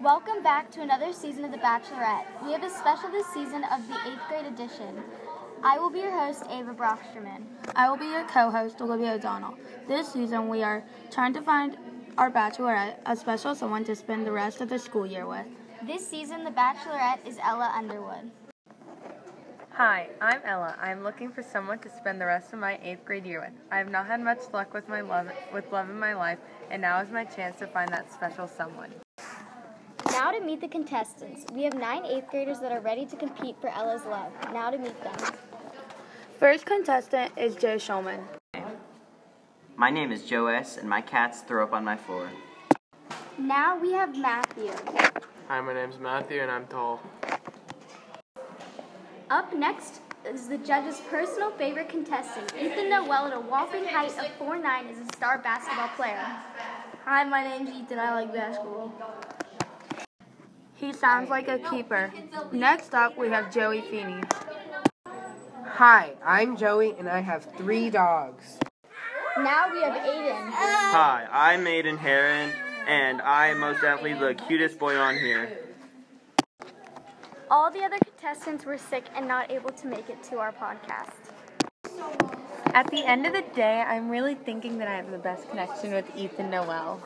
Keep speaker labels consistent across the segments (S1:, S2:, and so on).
S1: Welcome back to another season of The Bachelorette. We have a special this season of the 8th grade edition. I will be your host, Ava Brocksterman.
S2: I will be your co-host, Olivia O'Donnell. This season, we are trying to find our bachelorette a special someone to spend the rest of the school year with.
S1: This season, The Bachelorette is Ella Underwood.
S3: Hi, I'm Ella. I'm looking for someone to spend the rest of my eighth grade year with. I have not had much luck with my love with love in my life, and now is my chance to find that special someone.
S1: Now to meet the contestants. We have nine 8th graders that are ready to compete for Ella's love. Now to meet them.
S2: First contestant is Joe Shulman.
S4: My name is Joe S., and my cats throw up on my floor.
S1: Now we have Matthew.
S5: Hi, my name's Matthew and I'm tall.
S1: Up next is the judge's personal favorite contestant. Ethan Noel at a whopping height of 4'9 is a star basketball player.
S2: Hi, my name's Ethan. I like basketball. He sounds like a keeper. Next up, we have Joey Feeney.
S6: Hi, I'm Joey and I have three dogs.
S1: Now we have Aiden.
S7: Hi, I'm Aiden Heron, and I am most definitely the cutest boy on here.
S1: All the other contestants were sick and not able to make it to our podcast.
S3: At the end of the day, I'm really thinking that I have the best connection with Ethan Noel.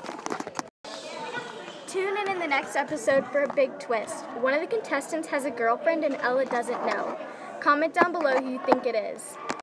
S1: Tune in in the next episode for a big twist. One of the contestants has a girlfriend and Ella doesn't know. Comment down below who you think it is.